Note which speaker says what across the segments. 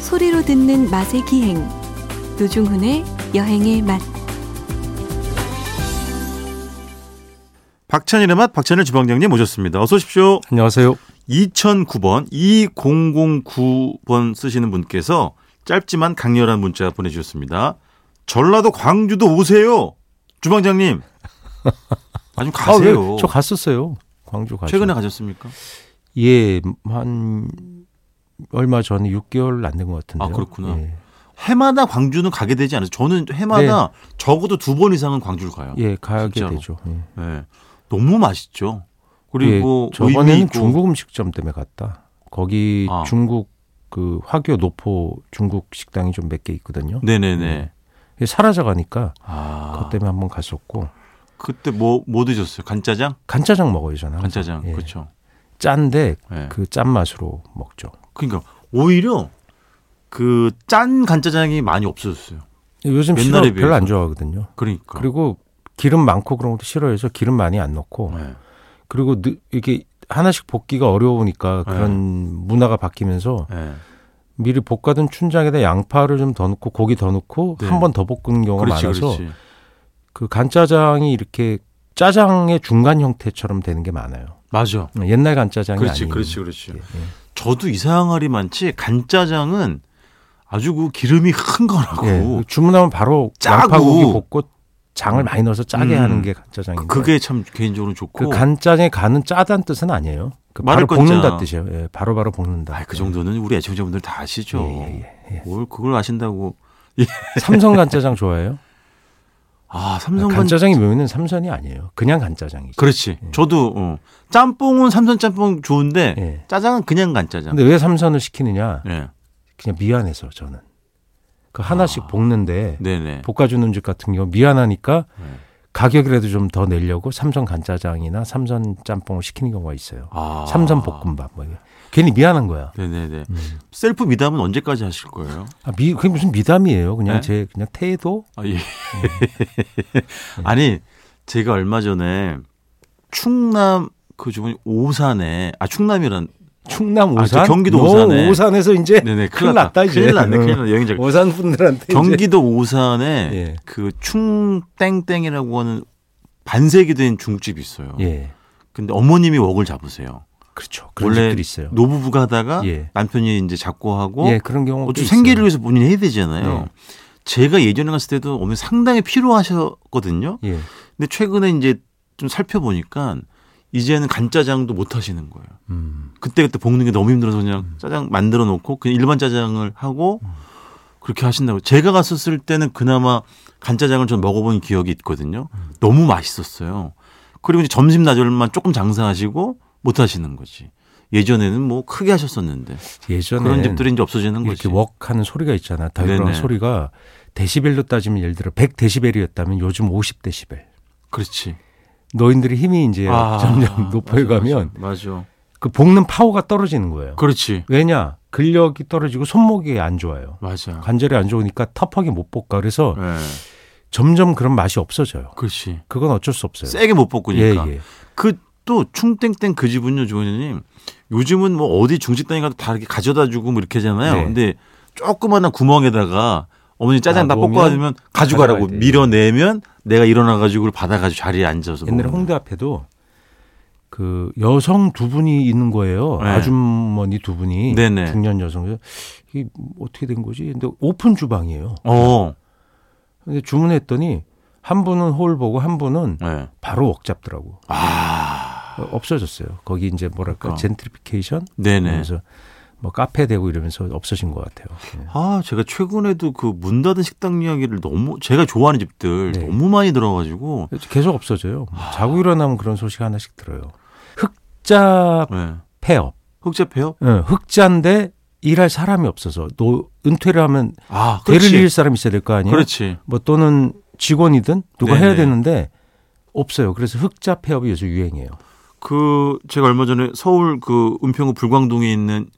Speaker 1: 소리로 듣는 맛의 기행 노중훈의 여행의 맛
Speaker 2: 박찬일의 맛 박찬일 주방장님 모셨습니다. 어서 오십시오.
Speaker 3: 안녕하세요.
Speaker 2: 2009번 2009번 쓰시는 분께서 짧지만 강렬한 문자 보내주셨습니다. 전라도 광주도 오세요. 주방장님. 아좀 가세요.
Speaker 3: 아, 왜? 저 갔었어요. 광주 가죠.
Speaker 2: 최근에 가셨습니까?
Speaker 3: 예, 한 얼마 전에 6개월 안 된 것 예. 같은데.
Speaker 2: 아, 그렇구나. 해마다 광주는 가게 되지 않아요. 저는 해마다 적어도 두 번 이상은 광주를 가요.
Speaker 3: 네. 예, 가게
Speaker 2: 아, 진짜로.
Speaker 3: 되죠. 예.
Speaker 2: 예. 너무 맛있죠. 그리고 뭐
Speaker 3: 예,
Speaker 2: 의미
Speaker 3: 저번에는
Speaker 2: 있고.
Speaker 3: 중국 음식점 때문에 갔다. 거기
Speaker 2: 아.
Speaker 3: 중국 그 화교 노포 중국 식당이 좀 몇 개 있거든요.
Speaker 2: 네네네.
Speaker 3: 예, 사라져 가니까
Speaker 2: 아
Speaker 3: 그것 때문에 한번 갔었고
Speaker 2: 그때 뭐 뭐 드셨어요? 간짜장?
Speaker 3: 간짜장 먹어요, 저는. 항상.
Speaker 2: 간짜장
Speaker 3: 예.
Speaker 2: 그렇죠.
Speaker 3: 짠데
Speaker 2: 예.
Speaker 3: 그 짠맛으로 먹죠.
Speaker 2: 그러니까 오히려 그 짠 간짜장이 많이 없어졌어요.
Speaker 3: 요즘
Speaker 2: 옛날에
Speaker 3: 싫어 별로
Speaker 2: 비해서.
Speaker 3: 안 좋아하거든요.
Speaker 2: 그러니까.
Speaker 3: 그리고 기름 많고 그런 것도 싫어해서 기름 많이 안 넣고
Speaker 2: 네.
Speaker 3: 그리고 느, 이렇게 하나씩 볶기가 어려우니까 그런 문화가 바뀌면서
Speaker 2: 네.
Speaker 3: 미리 볶아둔 춘장에다 양파를 좀 더 넣고 고기 더 넣고
Speaker 2: 네.
Speaker 3: 한 번 더 볶은 경우가
Speaker 2: 그렇지,
Speaker 3: 많아서 그
Speaker 2: 그렇지.
Speaker 3: 간짜장이 이렇게 짜장의 중간 형태처럼 되는 게 많아요.
Speaker 2: 맞아.
Speaker 3: 옛날 간짜장이
Speaker 2: 그렇지,
Speaker 3: 아니에요.
Speaker 2: 그렇지, 그렇지.
Speaker 3: 예, 예.
Speaker 2: 저도 이상할이 많지 간짜장은 아주 그 기름이 흥건하고
Speaker 3: 예, 주문하면 바로
Speaker 2: 짜고.
Speaker 3: 양파 고기 볶고 장을 많이 넣어서 짜게
Speaker 2: 음.
Speaker 3: 하는 게 간짜장인데
Speaker 2: 그게 참 개인적으로 좋고.
Speaker 3: 그 간짜장의 간은 짜다는 뜻은 아니에요. 그
Speaker 2: 마를
Speaker 3: 바로 볶는다
Speaker 2: 건자.
Speaker 3: 뜻이에요. 예, 바로 바로 볶는다.
Speaker 2: 아, 그
Speaker 3: 예.
Speaker 2: 정도는 우리 애청자분들 다 아시죠.
Speaker 3: 예, 예, 예.
Speaker 2: 뭘 그걸 아신다고.
Speaker 3: 삼선 간짜장 좋아해요?
Speaker 2: 아, 삼성 간
Speaker 3: 간짜장이 예. 묘미는 삼선이 아니에요. 그냥 간짜장이죠.
Speaker 2: 그렇지. 저도 어. 짬뽕은 삼선 짬뽕 좋은데
Speaker 3: 예.
Speaker 2: 짜장은 그냥 간짜장.
Speaker 3: 근데 왜 삼선을 시키느냐?
Speaker 2: 네.
Speaker 3: 그냥 미안해서 저는. 그 하나씩 볶는데
Speaker 2: 아. 네네.
Speaker 3: 볶아주는 음식 같은 경우 미안하니까
Speaker 2: 네.
Speaker 3: 가격이라도 좀 더 내려고 삼선 간짜장이나 삼선 짬뽕을 시키는 경우가 있어요.
Speaker 2: 아.
Speaker 3: 삼선 볶음밥 뭐 이게. 괜히 미안한 거야.
Speaker 2: 네네네.
Speaker 3: 음.
Speaker 2: 셀프 미담은 언제까지 하실 거예요?
Speaker 3: 아, 미, 그게 무슨 미담이에요. 그냥
Speaker 2: 네?
Speaker 3: 제 그냥 태도.
Speaker 2: 아, 예. 음. 아니, 제가 얼마 전에 충남 그 주변 오산에 아 충남이란
Speaker 3: 충남
Speaker 2: 아,
Speaker 3: 오산.
Speaker 2: 저 경기도
Speaker 3: 너
Speaker 2: 오산에.
Speaker 3: 오산에서 이제
Speaker 2: 네네
Speaker 3: 큰일 났다 이제.
Speaker 2: 큰일 났네 큰일
Speaker 3: 응.
Speaker 2: 났네 여행자
Speaker 3: 오산 분들한테 이제.
Speaker 2: 경기도 오산에
Speaker 3: 예.
Speaker 2: 그 충땡땡이라고 하는 반세기 된 중국집이 있어요.
Speaker 3: 예.
Speaker 2: 근데 어머님이 웍을 잡으세요.
Speaker 3: 그렇죠. 그런
Speaker 2: 원래
Speaker 3: 집들이 있어요.
Speaker 2: 노부부가 하다가
Speaker 3: 예.
Speaker 2: 남편이 이제 잡고 하고
Speaker 3: 예, 그런 경우도
Speaker 2: 어차피
Speaker 3: 있어요.
Speaker 2: 생계를 위해서 본인이 해야 되잖아요.
Speaker 3: 네.
Speaker 2: 제가 예전에 갔을 때도 어머니 상당히 피로하셨거든요.
Speaker 3: 예.
Speaker 2: 근데 최근에 이제 좀 살펴보니까 이제는 간짜장도 못 하시는 거예요.
Speaker 3: 음.
Speaker 2: 그때 그때 볶는 게 너무 힘들어서 그냥 짜장 만들어 놓고 그냥 일반 짜장을
Speaker 3: 음.
Speaker 2: 하고 그렇게 하신다고. 제가 갔었을 때는 그나마 간짜장을 좀 먹어본 기억이 있거든요.
Speaker 3: 음.
Speaker 2: 너무 맛있었어요. 그리고 이제 점심 낮에만 조금 장사하시고 못 하시는 거지. 예전에는 뭐 크게 하셨었는데
Speaker 3: 예전에
Speaker 2: 그런 집들이 이제 없어지는 거지.
Speaker 3: 이렇게 웍하는 소리가 있잖아.
Speaker 2: 네네.
Speaker 3: 다이브라는 소리가 데시벨로 따지면 예를 들어 100데시벨이었다면 요즘 50데시벨.
Speaker 2: 그렇지.
Speaker 3: 노인들이 힘이 이제 예, 점점 높여 가면
Speaker 2: 아, 맞아, 맞아.
Speaker 3: 그 볶는 파워가 떨어지는 거예요.
Speaker 2: 그렇지.
Speaker 3: 왜냐? 근력이 떨어지고 손목이 안 좋아요.
Speaker 2: 맞아.
Speaker 3: 관절이 안 좋으니까 터프하게 못 볶아. 그래서
Speaker 2: 예.
Speaker 3: 점점 그런 맛이 없어져요.
Speaker 2: 그렇지.
Speaker 3: 그건 어쩔 수 없어요.
Speaker 2: 세게 못 볶으니까.
Speaker 3: 예, 예.
Speaker 2: 그 또 충땡땡 그 집은요, 주원님. 요즘은 뭐 어디 중식당에 가도 다 이렇게 가져다 주고 뭐 이렇게 하잖아요.
Speaker 3: 네.
Speaker 2: 근데 조그마한 구멍에다가 어머니 짜장
Speaker 3: 아,
Speaker 2: 다
Speaker 3: 놓으면
Speaker 2: 볶아주면 가져가라고
Speaker 3: 가져가야 돼.
Speaker 2: 밀어내면 내가 일어나가지고 그걸 받아가지고 자리에 앉아서
Speaker 3: 옛날에
Speaker 2: 먹는
Speaker 3: 홍대 앞에도 그 여성 두 분이 있는 거예요.
Speaker 2: 네.
Speaker 3: 아주머니 두 분이
Speaker 2: 네네.
Speaker 3: 중년 여성. 이게 어떻게 된 거지? 근데 오픈 주방이에요.
Speaker 2: 거예요. 어,
Speaker 3: 근데 주문했더니 한 분은 홀 보고 한 분은
Speaker 2: 네.
Speaker 3: 바로 웍 잡더라고.
Speaker 2: 아,
Speaker 3: 어, 없어졌어요. 거기 이제 뭐랄까
Speaker 2: 그러니까.
Speaker 3: 젠트리피케이션
Speaker 2: 네네.
Speaker 3: 그래서 뭐 카페 되고 이러면서 없어진 것 같아요. 예.
Speaker 2: 아, 제가 최근에도 그 문 닫은 식당 이야기를 너무 제가 좋아하는 집들
Speaker 3: 네.
Speaker 2: 너무 많이 들어가지고
Speaker 3: 계속 없어져요. 자고 일어나면 그런 소식 하나씩 들어요. 흑자
Speaker 2: 네.
Speaker 3: 폐업.
Speaker 2: 흑잡해요?
Speaker 3: 예, 흑자인데 일할 사람이 없어서 노 은퇴를 하면
Speaker 2: 아,
Speaker 3: 대를
Speaker 2: 그렇지.
Speaker 3: 이을 사람이 있어야 될 거 아니에요.
Speaker 2: 그렇지.
Speaker 3: 뭐 또는 직원이든 누가
Speaker 2: 네네.
Speaker 3: 해야 되는데 없어요. 그래서 흑자 폐업이 요새 유행이에요.
Speaker 2: 그 제가 얼마 전에 서울 그 은평구 불광동에 있는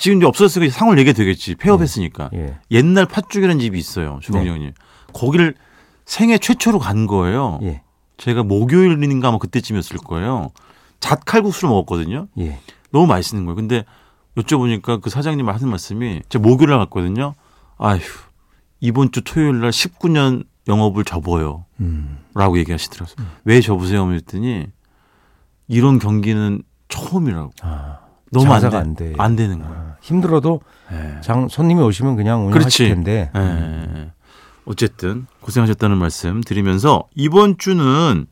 Speaker 2: 지금 이제 없어졌으니까 상을 얘기 되겠지 폐업했으니까
Speaker 3: 예.
Speaker 2: 옛날 팥죽이라는 집이 있어요 주방장님 거기를 생애 최초로 간 거예요
Speaker 3: 네. 예.
Speaker 2: 제가 목요일인가 아마 그때쯤이었을 거예요 잣칼국수를 먹었거든요
Speaker 3: 예.
Speaker 2: 너무 맛있는 거예요 근데 여쭤보니까 그 사장님 하는 말씀이 제가 목요일 날 갔거든요. 아휴 이번 주 토요일 날 19년 영업을 접어요.
Speaker 3: 음.
Speaker 2: 라고 얘기하시더라고요. 왜 접으세요? 했더니 이런 경기는 처음이라고.
Speaker 3: 아,
Speaker 2: 너무 안, 돼,
Speaker 3: 장사가 안 돼.
Speaker 2: 안 되는 거예요.
Speaker 3: 아, 힘들어도
Speaker 2: 예.
Speaker 3: 장 손님이 오시면 그냥
Speaker 2: 그렇지.
Speaker 3: 운영하실 텐데. 음.
Speaker 2: 예. 어쨌든 고생하셨다는 말씀 드리면서 이번 주는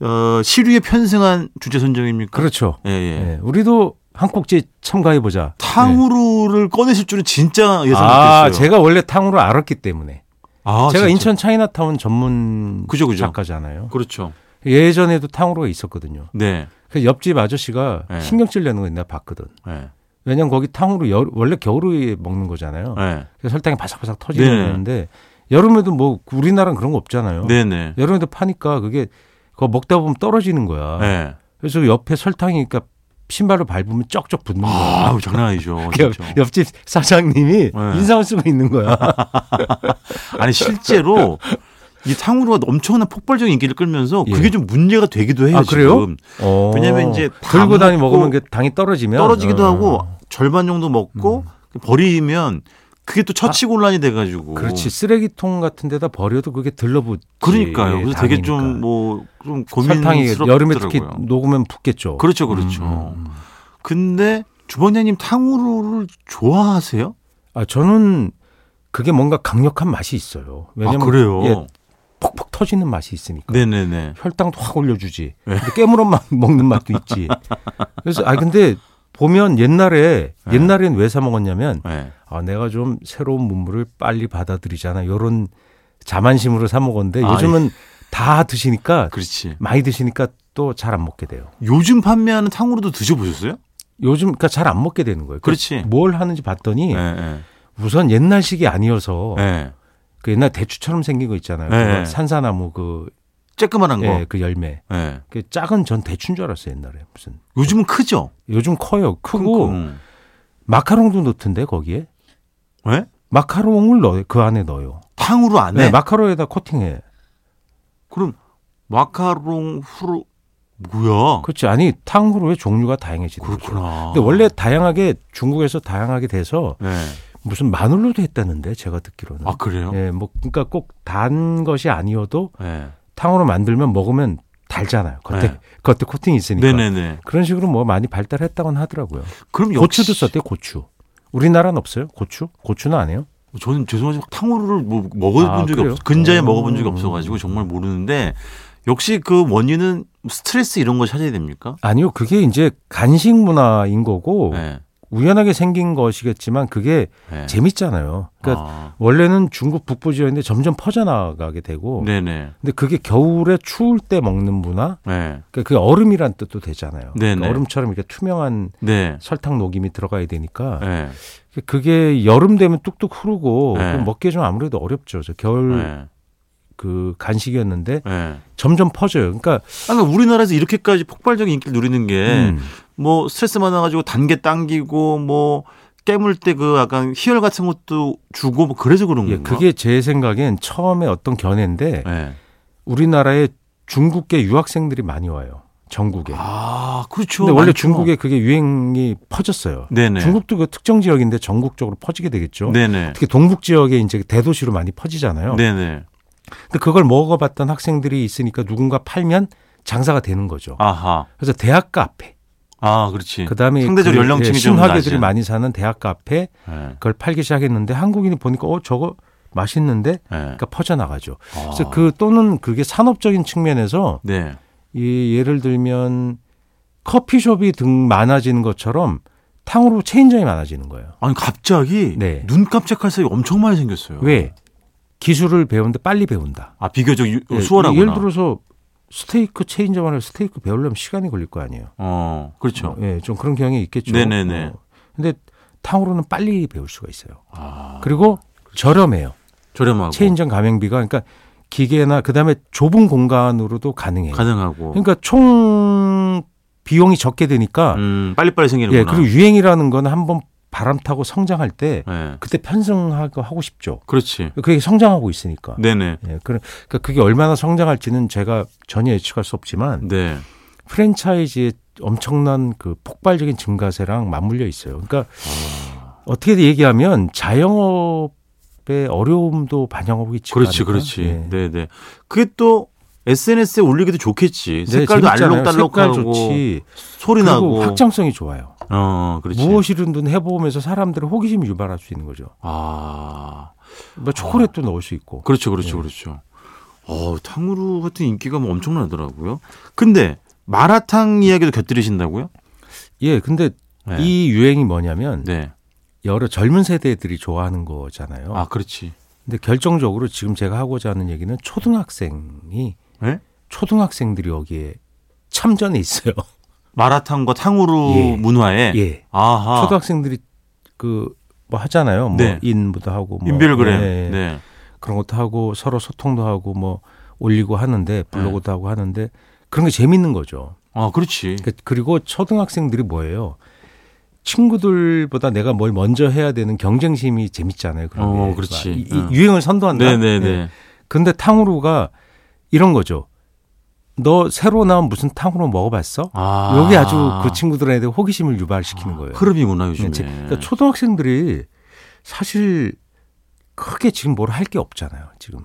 Speaker 2: 어, 시류에 편승한 주제 선정입니까?
Speaker 3: 그렇죠.
Speaker 2: 예, 예.
Speaker 3: 예, 우리도 한국제 참가해 보자.
Speaker 2: 탕후루를 꺼내실 줄은 진짜 예상 못했어요.
Speaker 3: 네. 아, 제가 원래 탕후루 알았기 때문에.
Speaker 2: 아,
Speaker 3: 제가
Speaker 2: 진짜?
Speaker 3: 인천 차이나타운 전문
Speaker 2: 그죠, 그죠.
Speaker 3: 작가잖아요.
Speaker 2: 그렇죠.
Speaker 3: 예전에도 탕후루가 있었거든요.
Speaker 2: 네.
Speaker 3: 그 옆집 아저씨가
Speaker 2: 네.
Speaker 3: 신경질 내는 거 옛날에 봤거든.
Speaker 2: 네.
Speaker 3: 왜냐면 거기 탕후루 여- 원래 겨울에 먹는 거잖아요.
Speaker 2: 네.
Speaker 3: 그래서 설탕이 바삭바삭 터지는
Speaker 2: 네.
Speaker 3: 건데 여름에도 뭐 우리나라는 그런 거 없잖아요.
Speaker 2: 네, 네.
Speaker 3: 여름에도 파니까 그게 그거 먹다 보면 떨어지는 거야.
Speaker 2: 네.
Speaker 3: 그래서 옆에 설탕이 그러니까 신발로 밟으면 쩍쩍 붙는 거야.
Speaker 2: 아우, 그렇죠. 장난 아니죠.
Speaker 3: 옆,
Speaker 2: 진짜.
Speaker 3: 옆집 사장님이
Speaker 2: 네.
Speaker 3: 인상을 쓰고 있는 거야.
Speaker 2: 아니 실제로 이 탕후루가 엄청난 폭발적인 인기를 끌면서 그게
Speaker 3: 예.
Speaker 2: 좀 문제가 되기도 해요.
Speaker 3: 아, 그래요?
Speaker 2: 지금. 왜냐면 이제 다
Speaker 3: 들고 다니
Speaker 2: 먹고
Speaker 3: 먹으면 그 당이 떨어지면
Speaker 2: 어. 떨어지기도
Speaker 3: 어.
Speaker 2: 하고 절반 정도 먹고 버리면 그게 또 처치 곤란이 돼가지고.
Speaker 3: 음. 아. 그렇지 쓰레기통 같은 데다 버려도 그게 들러붙지.
Speaker 2: 그러니까요. 그래서 되게 좀 뭐 좀
Speaker 3: 당이니까. 설탕이
Speaker 2: 고민스럽더라고요.
Speaker 3: 여름에 특히 녹으면 붓겠죠.
Speaker 2: 그렇죠, 그렇죠.
Speaker 3: 음, 음.
Speaker 2: 근데 주방장님 탕후루를 좋아하세요?
Speaker 3: 아 저는 그게 뭔가 강력한 맛이 있어요. 왜냐면
Speaker 2: 아 그래요.
Speaker 3: 예, 퍽퍽 터지는 맛이 있으니까.
Speaker 2: 네네네. 네.
Speaker 3: 혈당도 확 올려주지. 근데 깨물어만 먹는 맛도 있지. 그래서 아 근데 보면 옛날에
Speaker 2: 네.
Speaker 3: 옛날엔 왜 사 먹었냐면
Speaker 2: 네.
Speaker 3: 아 내가 좀 새로운 문물을 빨리 받아들이잖아. 요런 자만심으로 사 먹었는데
Speaker 2: 아,
Speaker 3: 요즘은 다 드시니까
Speaker 2: 그렇지.
Speaker 3: 많이 드시니까 또 잘 안 먹게 돼요.
Speaker 2: 요즘 판매하는 탕후루도 드셔보셨어요?
Speaker 3: 요즘 그러니까 잘 안 먹게 되는 거예요.
Speaker 2: 그렇지.
Speaker 3: 뭘 하는지 봤더니
Speaker 2: 네, 네.
Speaker 3: 우선 옛날식이 예. 아니어서
Speaker 2: 네.
Speaker 3: 그 옛날 대추처럼 생긴 거 있잖아요.
Speaker 2: 네.
Speaker 3: 그거 산사나무 그,
Speaker 2: 쬐끄만한 거.
Speaker 3: 예, 그 열매.
Speaker 2: 네.
Speaker 3: 그 작은 전 대추인 줄 알았어요, 옛날에. 무슨.
Speaker 2: 요즘은 크죠?
Speaker 3: 요즘 커요. 크고
Speaker 2: 음.
Speaker 3: 마카롱도 넣던데 거기에.
Speaker 2: 왜?
Speaker 3: 마카롱을 넣어 그 안에 넣어요.
Speaker 2: 예? 탕후루 안 해?
Speaker 3: 네, 마카롱에다 코팅해.
Speaker 2: 그럼 마카롱 후루 뭐야?
Speaker 3: 그렇지. 아니, 탕후루의 종류가 다양해지는 거죠.
Speaker 2: 어. 그렇구나.
Speaker 3: 근데 원래 다양하게 중국에서 다양하게 돼서
Speaker 2: 네.
Speaker 3: 무슨 마늘로도 했다는데 제가 듣기로는.
Speaker 2: 아 그래요? 네.
Speaker 3: 예, 뭐 그러니까 꼭 단 것이 아니어도 탕으로 만들면 먹으면 달잖아요. 겉에
Speaker 2: 네.
Speaker 3: 겉에 코팅이 있으니까.
Speaker 2: 네네네.
Speaker 3: 그런 식으로 뭐 많이 발달했다고는 하더라고요.
Speaker 2: 그럼 역시
Speaker 3: 그러니까 고추도 썼대요. 고추. 우리나라는 없어요. 고추? 고추는 안 해요.
Speaker 2: 저는 죄송하지만 탕후루를 뭐 먹어본
Speaker 3: 아,
Speaker 2: 적이
Speaker 3: 그래요?
Speaker 2: 없어 근자에
Speaker 3: 오.
Speaker 2: 먹어본 적이 없어가지고 정말 모르는데 역시 그 원인은 스트레스 이런 걸 찾아야 됩니까?
Speaker 3: 아니요. 그게 이제 간식 문화인 거고
Speaker 2: 네.
Speaker 3: 우연하게 생긴 것이겠지만 그게
Speaker 2: 네.
Speaker 3: 재밌잖아요. 그러니까
Speaker 2: 아,
Speaker 3: 원래는 중국 북부 지역인데 점점 퍼져나가게 되고
Speaker 2: 네네.
Speaker 3: 근데 그게 겨울에 추울 때 먹는 문화
Speaker 2: 네.
Speaker 3: 그러니까 그게 얼음이란 뜻도 되잖아요.
Speaker 2: 네네.
Speaker 3: 그러니까 얼음처럼 이렇게 투명한
Speaker 2: 네.
Speaker 3: 설탕 녹임이 들어가야 되니까 그러니까
Speaker 2: 네.
Speaker 3: 그게 여름 되면 뚝뚝 흐르고
Speaker 2: 네.
Speaker 3: 그럼 먹기 좀 아무래도 어렵죠. 저 겨울
Speaker 2: 네.
Speaker 3: 그 간식이었는데
Speaker 2: 네.
Speaker 3: 점점 퍼져요. 그러니까
Speaker 2: 아니, 우리나라에서 이렇게까지 폭발적인 인기를 누리는 게
Speaker 3: 음,
Speaker 2: 뭐 스트레스 많아가지고 단계 당기고 뭐 깨물 때 그 약간 희열 같은 것도 주고 뭐 그래서 그런
Speaker 3: 예,
Speaker 2: 건가?
Speaker 3: 그게 제 생각엔 처음에 어떤 견해인데
Speaker 2: 네.
Speaker 3: 우리나라에 중국계 유학생들이 많이 와요. 전국에.
Speaker 2: 아 그렇죠.
Speaker 3: 근데 원래
Speaker 2: 많죠.
Speaker 3: 중국에 그게 유행이 퍼졌어요.
Speaker 2: 네네.
Speaker 3: 중국도 그 특정 지역인데 전국적으로 퍼지게 되겠죠.
Speaker 2: 네네.
Speaker 3: 특히 동북 지역에 이제 대도시로 많이 퍼지잖아요.
Speaker 2: 네네.
Speaker 3: 근데 그걸 먹어봤던 학생들이 있으니까 누군가 팔면 장사가 되는 거죠.
Speaker 2: 아하.
Speaker 3: 그래서 대학가 앞에,
Speaker 2: 아 그렇지.
Speaker 3: 그다음에
Speaker 2: 상대적으로
Speaker 3: 그,
Speaker 2: 연령층이
Speaker 3: 예,
Speaker 2: 좀
Speaker 3: 신화계들이
Speaker 2: 낮은.
Speaker 3: 많이 사는 대학가 앞에
Speaker 2: 예,
Speaker 3: 그걸 팔기 시작했는데 한국인이 보니까 어 저거 맛있는데,
Speaker 2: 예.
Speaker 3: 그러니까 퍼져나가죠.
Speaker 2: 아,
Speaker 3: 그래서 그 또는 그게 산업적인 측면에서
Speaker 2: 네.
Speaker 3: 이 예를 들면 커피숍이 등 많아지는 것처럼 탕후루 체인점이 많아지는 거예요.
Speaker 2: 아니 갑자기
Speaker 3: 네.
Speaker 2: 눈 깜짝할 사이 엄청 많이 생겼어요.
Speaker 3: 왜 기술을 배우는데 빨리 배운다.
Speaker 2: 아 비교적 유-
Speaker 3: 예,
Speaker 2: 수월하구나.
Speaker 3: 예를 들어서 스테이크 체인점 안에 스테이크 배우려면 시간이 걸릴 거 아니에요.
Speaker 2: 어 그렇죠.
Speaker 3: 예, 좀 그런 경향이 있겠죠.
Speaker 2: 네네네.
Speaker 3: 어, 근데 탕후루는 빨리 배울 수가 있어요.
Speaker 2: 아
Speaker 3: 그리고 저렴해요.
Speaker 2: 저렴하고
Speaker 3: 체인점 가맹비가 그러니까 기계나 그다음에 좁은 공간으로도 가능해요.
Speaker 2: 가능하고.
Speaker 3: 그러니까 총 비용이 적게 되니까
Speaker 2: 음 빨리빨리 생기는구나.
Speaker 3: 그러니까 예, 그리고 유행이라는 건 한번 바람 타고 성장할 때
Speaker 2: 예.
Speaker 3: 그때 편승하고 하고 싶죠.
Speaker 2: 그렇지.
Speaker 3: 그게 성장하고 있으니까.
Speaker 2: 네네.
Speaker 3: 예, 그러- 그러니까 그게 얼마나 성장할지는 제가 전혀 예측할 수 없지만
Speaker 2: 네.
Speaker 3: 프랜차이즈의 엄청난 그 폭발적인 증가세랑 맞물려 있어요. 그러니까
Speaker 2: 아.
Speaker 3: 어떻게 얘기하면 자영업의 어려움도 반영하고 있지. 예.
Speaker 2: 그렇지, 그렇지. 네, 네. 그게 또 SNS에 올리기도 좋겠지. 색깔도 알록달록하고
Speaker 3: 네, 색깔 좋지.
Speaker 2: 소리
Speaker 3: 그리고
Speaker 2: 나고.
Speaker 3: 확장성이 좋아요.
Speaker 2: 어, 그렇지.
Speaker 3: 무엇이든 해보면서 사람들의 호기심을 유발할 수 있는 거죠.
Speaker 2: 아,
Speaker 3: 뭐 초콜릿도 넣을 수 있고.
Speaker 2: 그렇죠, 그렇죠,
Speaker 3: 네.
Speaker 2: 그렇죠. 어, 탕후루 같은 인기가 뭐 엄청나더라고요. 근데 마라탕 이야기도 곁들이신다고요?
Speaker 3: 예, 근데
Speaker 2: 네.
Speaker 3: 이 유행이 뭐냐면
Speaker 2: 네.
Speaker 3: 여러 젊은 세대들이 좋아하는 거잖아요.
Speaker 2: 아, 그렇지.
Speaker 3: 근데 결정적으로 지금 제가 하고자 하는 얘기는 초등학생이
Speaker 2: 예?
Speaker 3: 초등학생들이 여기에 참전해 있어요.
Speaker 2: 마라탕과 탕후루
Speaker 3: 예.
Speaker 2: 문화에
Speaker 3: 예.
Speaker 2: 네. 아하.
Speaker 3: 초등학생들이 그 뭐 하잖아요. 뭐
Speaker 2: 네.
Speaker 3: 인부도 하고 뭐
Speaker 2: 인별그램.
Speaker 3: 예, 예.
Speaker 2: 네.
Speaker 3: 그런 것도 하고 서로 소통도 하고 뭐 올리고 하는데
Speaker 2: 네.
Speaker 3: 블로그도 하고 하는데 그런 게 재밌는 거죠.
Speaker 2: 아, 그렇지.
Speaker 3: 그- 그리고 초등학생들이 뭐예요? 친구들보다 내가 뭘 먼저 해야 되는 경쟁심이 재밌잖아요. 그런
Speaker 2: 어,
Speaker 3: 게.
Speaker 2: 그렇지.
Speaker 3: 이- 이
Speaker 2: 응.
Speaker 3: 유행을 선도한다.
Speaker 2: 네, 네,
Speaker 3: 예.
Speaker 2: 네.
Speaker 3: 근데 탕후루가 이런 거죠. 너 새로 나온 무슨 탕후루 먹어봤어?
Speaker 2: 아.
Speaker 3: 여기 아주 그 친구들한테 호기심을 유발시키는 거예요.
Speaker 2: 흐름이구나, 요즘에.
Speaker 3: 네, 그러니까 초등학생들이 사실 크게 지금 뭘 할 게 없잖아요. 지금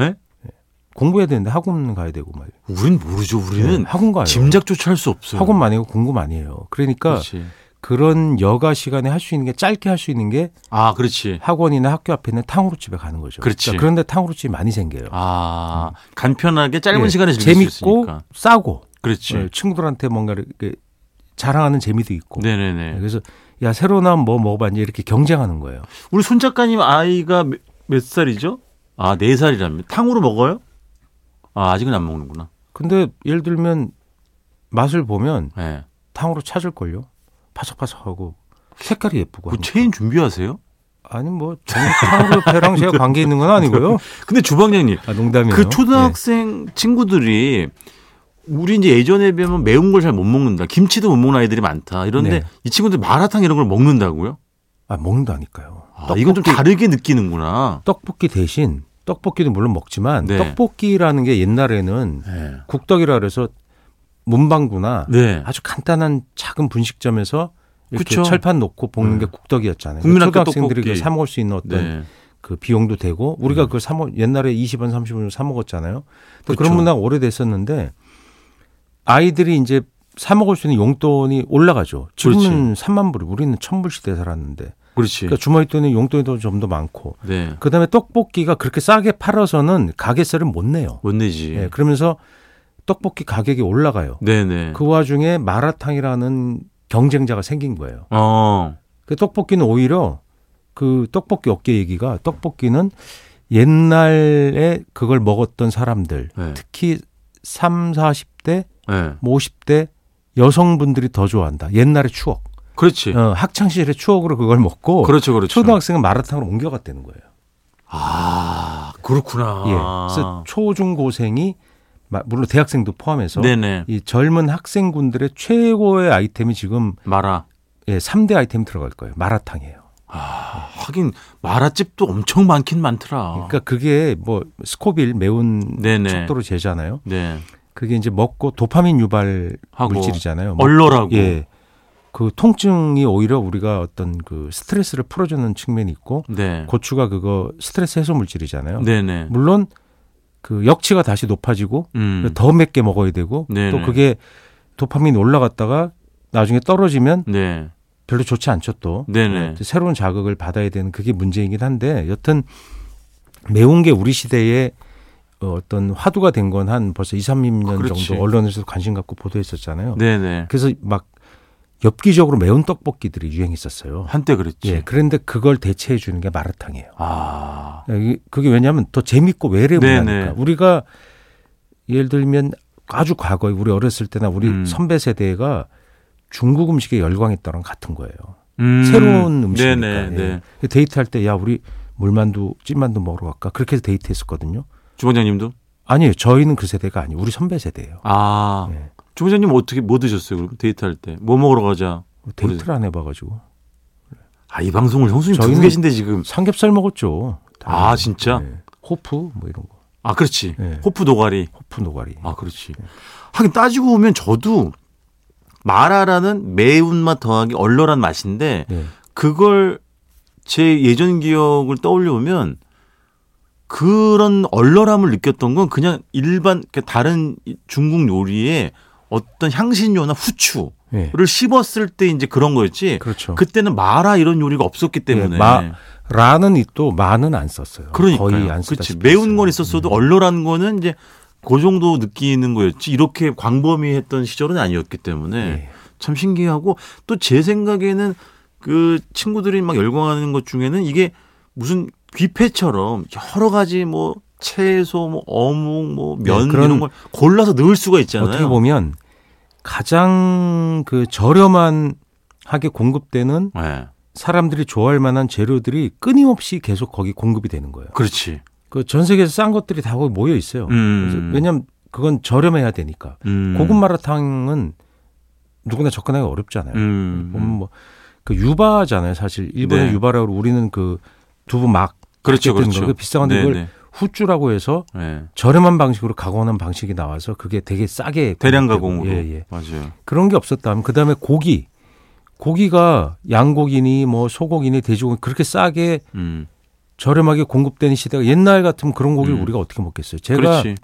Speaker 2: 예?
Speaker 3: 공부해야 되는데 학원 가야 되고 막.
Speaker 2: 우린 모르죠. 우리는
Speaker 3: 학원 가요.
Speaker 2: 짐작조차 할 수 없어요.
Speaker 3: 학원 많이 네, 하고 공부 많이 해요. 그러니까
Speaker 2: 그렇지.
Speaker 3: 그런 여가 시간에 할 수 있는 게 짧게 할 수 있는 게
Speaker 2: 아, 그렇지.
Speaker 3: 학원이나 학교 앞에 있는 탕후루집에 가는 거죠. 그러니까
Speaker 2: 그렇지.
Speaker 3: 그런데 탕후루집이 많이 생겨요.
Speaker 2: 아, 간편하게 짧은
Speaker 3: 음. 예,
Speaker 2: 시간에 즐길 수
Speaker 3: 재밌고
Speaker 2: 있으니까.
Speaker 3: 싸고
Speaker 2: 그렇지.
Speaker 3: 예, 친구들한테 뭔가 이렇게 자랑하는 재미도 있고. 예,
Speaker 2: 네네네.
Speaker 3: 그래서 야 새로 나온 뭐 먹어봤니 이렇게 경쟁하는 거예요.
Speaker 2: 우리 손 작가님 아이가 몇, 몇 살이죠? 아, 네살이라면 탕후루 먹어요? 아, 아직은 안 먹는구나.
Speaker 3: 근데 예를 들면 맛을 보면
Speaker 2: 예.
Speaker 3: 탕후루 찾을 걸요. 바삭바삭하고 색깔이 예쁘고.
Speaker 2: 그
Speaker 3: 뭐 하니까.
Speaker 2: 체인 준비하세요?
Speaker 3: 아니 뭐 저는 탕후루 회랑 제가 관계 있는 건 아니고요.
Speaker 2: 근데 주방장님,
Speaker 3: 아, 농담이에요. 네.
Speaker 2: 그 초등학생 친구들이 우리 이제 예전에 비하면 매운 걸 잘 못 먹는다. 김치도 못 먹는 아이들이 많다. 이런데
Speaker 3: 네.
Speaker 2: 이 친구들 마라탕 이런 걸 먹는다고요?
Speaker 3: 예. 아 먹는다니까요.
Speaker 2: 아, 이건 좀 다르게 느끼는구나.
Speaker 3: 떡볶이 대신 떡볶이도 물론 먹지만
Speaker 2: 네.
Speaker 3: 떡볶이라는 게 옛날에는
Speaker 2: 네.
Speaker 3: 국떡이라 그래서 문방구나
Speaker 2: 네.
Speaker 3: 아주 간단한 작은 분식점에서 이렇게
Speaker 2: 그쵸. 네.
Speaker 3: 철판 놓고 볶는 게 국떡이었잖아요.
Speaker 2: 국민학교
Speaker 3: 초등학생들이
Speaker 2: 떡볶이. 네. 음.
Speaker 3: 그걸 사 먹을 수 있는 어떤 그 비용도 되고 우리가 그걸 사 먹, 옛날에 20원, 30원으로 사 먹었잖아요. 그
Speaker 2: 그쵸.
Speaker 3: 그런 문화가 오래됐었는데 아이들이 이제 사 먹을 수 있는 용돈이 올라가죠. 지금은 3만 불이 우리는 1000불 시대에 살았는데
Speaker 2: 그렇지.
Speaker 3: 그러니까 주머니 돈이 용돈이 더 좀 더 많고
Speaker 2: 네.
Speaker 3: 그다음에 떡볶이가 그렇게 싸게 팔아서는 가게세를 못 내요.
Speaker 2: 못 내지.
Speaker 3: 예, 그러면서 떡볶이 가격이 올라가요.
Speaker 2: 네, 네.
Speaker 3: 그 와중에 마라탕이라는 경쟁자가 생긴 거예요.
Speaker 2: 어.
Speaker 3: 그 떡볶이는 오히려 그 떡볶이 업계 얘기가 떡볶이는 옛날에 그걸 먹었던 사람들,
Speaker 2: 네.
Speaker 3: 특히 3, 40대,
Speaker 2: 네.
Speaker 3: 뭐 50대 여성분들이 더 좋아한다. 옛날의 추억.
Speaker 2: 그렇지.
Speaker 3: 어, 학창 시절의 추억으로 그걸 먹고
Speaker 2: 예. 그렇죠, 그렇죠.
Speaker 3: 초등학생은 마라탕으로 옮겨갔다는 거예요.
Speaker 2: 아, 그렇구나.
Speaker 3: 예. 그래서 초중고생이 마- 물론 대학생도 포함해서
Speaker 2: 네, 네.
Speaker 3: 이 젊은 학생군들의 최고의 아이템이 지금
Speaker 2: 마라.
Speaker 3: 예, 3대 아이템 들어갈 거예요. 마라탕이에요.
Speaker 2: 아, 하긴 마라집도 엄청 많긴 많더라.
Speaker 3: 그러니까 그게 뭐 스코빌 매운
Speaker 2: 아. 네네.
Speaker 3: 척도로 재잖아요.
Speaker 2: 네.
Speaker 3: 그게 이제 먹고 도파민 유발
Speaker 2: 하고
Speaker 3: 물질이잖아요. 먹-
Speaker 2: 얼얼하고.
Speaker 3: 예. 그 통증이 오히려 우리가 어떤 그 스트레스를 풀어주는 측면이 있고
Speaker 2: 네.
Speaker 3: 고추가 그거 스트레스 해소 물질이잖아요.
Speaker 2: 네, 네.
Speaker 3: 물론 그 역치가 다시 높아지고
Speaker 2: 음.
Speaker 3: 더 맵게 먹어야 되고
Speaker 2: 네네.
Speaker 3: 또 그게 도파민 올라갔다가 나중에 떨어지면
Speaker 2: 네.
Speaker 3: 별로 좋지 않죠 또
Speaker 2: 네네.
Speaker 3: 또 새로운 자극을 받아야 되는 그게 문제이긴 한데 여튼 매운 게 우리 시대에 어, 어떤 화두가 된 건 한 벌써 2, 30년
Speaker 2: 그렇지.
Speaker 3: 정도 언론에서 관심 갖고 보도했었잖아요.
Speaker 2: 네, 네.
Speaker 3: 그래서 막 엽기적으로 매운 떡볶이들이 유행했었어요.
Speaker 2: 한때 그랬지.
Speaker 3: 예, 그런데 그걸 대체해 주는 게 마라탕이에요.
Speaker 2: 아.
Speaker 3: 이게- 그게 왜냐하면 더 재밌고 외래
Speaker 2: 네네.
Speaker 3: 문화니까 우리가 예를 들면 아주 과거에 우리 어렸을 때나 우리
Speaker 2: 음.
Speaker 3: 선배 세대가 중국 음식에 열광했다랑 같은 거예요.
Speaker 2: 음.
Speaker 3: 새로운 음식이니까
Speaker 2: 네네. 네.
Speaker 3: 예. 데이트할 때 야 우리 물만두 찐만두 먹으러 갈까 그렇게 해서 데이트했었거든요.
Speaker 2: 주방장님도?
Speaker 3: 아니에요 저희는 그 세대가 아니에요 우리 선배 세대예요.
Speaker 2: 아.
Speaker 3: 예.
Speaker 2: 주방장님 어떻게 뭐 드셨어요? 그럼 데이트할 때. 뭐 먹으러 가자.
Speaker 3: 데이트를 안 해봐가지고
Speaker 2: 아, 이 방송을 형수님 듣고
Speaker 3: 저희는-
Speaker 2: 계신데 지금.
Speaker 3: 삼겹살 먹었죠.
Speaker 2: 아, 진짜?
Speaker 3: 예. 호프 뭐 이런 거
Speaker 2: 아, 그렇지.
Speaker 3: 네.
Speaker 2: 호프 도가리.
Speaker 3: 호프 노가리.
Speaker 2: 아, 그렇지. 하긴 따지고 보면 저도 마라라는 매운맛 더하기 얼얼한 맛인데
Speaker 3: 네.
Speaker 2: 그걸 제 예전 기억을 떠올려보면 그런 얼얼함을 느꼈던 건 그냥 일반 그러니까 다른 이- 중국 요리에 어떤 향신료나 후추를
Speaker 3: 예.
Speaker 2: 씹었을 때 이제 그런 거였지.
Speaker 3: 그렇죠.
Speaker 2: 그때는 마라 이런 요리가 없었기 때문에
Speaker 3: 예, 마- 라는 이 또 마는 안 썼어요. 음.
Speaker 2: 그러니까
Speaker 3: 거의 안
Speaker 2: 그렇지
Speaker 3: 썼다.
Speaker 2: 매운 건 있었어도 얼얼한 거는 이제 그 정도 느끼는 거였지 이렇게 광범위했던 시절은 아니었기
Speaker 3: 예.
Speaker 2: 때문에 참 신기하고 또 제 생각에는 그 친구들이 막 열광하는 것 중에는 이게 무슨 귀패처럼 여러 가지 뭐 채소, 뭐 어묵, 뭐 면
Speaker 3: 네, 그런-
Speaker 2: 이런 걸 골라서 넣을 수가 있잖아요.
Speaker 3: 어떻게 보면 가장 그 저렴한 하게 공급되는
Speaker 2: 네,
Speaker 3: 사람들이 좋아할 만한 재료들이 끊임없이 계속 거기 공급이 되는 거예요.
Speaker 2: 그렇지.
Speaker 3: 그 전 세계에서 싼 것들이 다 거기 모여 있어요. 그래서
Speaker 2: 음,
Speaker 3: 왜냐면 그건 저렴해야 되니까.
Speaker 2: 음,
Speaker 3: 고급 마라탕은 누구나 접근하기 어렵잖아요.
Speaker 2: 음,
Speaker 3: 보면 뭐그 유바잖아요, 사실. 일본의
Speaker 2: 네.
Speaker 3: 유바라고 우리는 그 두부 막
Speaker 2: 그렇죠,
Speaker 3: 끓이는
Speaker 2: 그렇죠.
Speaker 3: 거. 그 비싼 건데
Speaker 2: 네,
Speaker 3: 이걸
Speaker 2: 네,
Speaker 3: 후추라고 해서
Speaker 2: 네.
Speaker 3: 저렴한 방식으로 가공하는 방식이 나와서 그게 되게 싸게
Speaker 2: 대량
Speaker 3: 공급되고.
Speaker 2: 가공으로
Speaker 3: 예, 예.
Speaker 2: 맞아요.
Speaker 3: 그런 게 없었다면 그다음에 고기 고기가 양고기니 뭐 소고기니 돼지고기 그렇게 싸게
Speaker 2: 음,
Speaker 3: 저렴하게 공급되는 시대가 옛날 같으면 그런 고기를
Speaker 2: 음.
Speaker 3: 우리가 어떻게 먹겠어요. 제가
Speaker 2: 그렇지.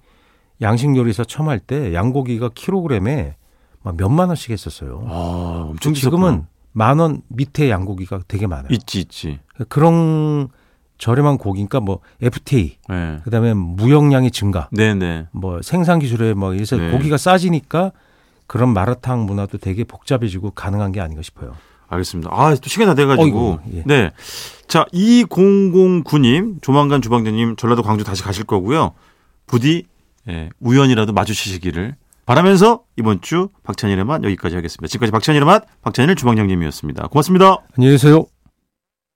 Speaker 3: 양식 요리사 처음 할 때 양고기가 킬로그램에 막 몇만 원씩 했었어요.
Speaker 2: 아, 엄청
Speaker 3: 그 지금은
Speaker 2: 비쌌구나.
Speaker 3: 만 원 밑에 양고기가 되게 많아요.
Speaker 2: 있지 있지.
Speaker 3: 그런 저렴한 고기니까 뭐 FTA
Speaker 2: 네.
Speaker 3: 그다음에 무역량의 증가
Speaker 2: 네네.
Speaker 3: 뭐 생산 기술에 뭐 이래서
Speaker 2: 네.
Speaker 3: 고기가 싸지니까 그런 마라탕 문화도 되게 복잡해지고 가능한 게 아닌가 싶어요.
Speaker 2: 알겠습니다. 아, 또 시간 다 돼가지고.
Speaker 3: 어이구, 예.
Speaker 2: 네. 자, 2009님, 조만간 주방장님, 전라도 광주 다시 가실 거고요. 부디, 예, 우연이라도 마주치시기를 바라면서 이번 주 박찬일의 맛 여기까지 하겠습니다. 지금까지 박찬일의 맛, 박찬일 주방장님이었습니다. 고맙습니다.
Speaker 3: 안녕히 계세요.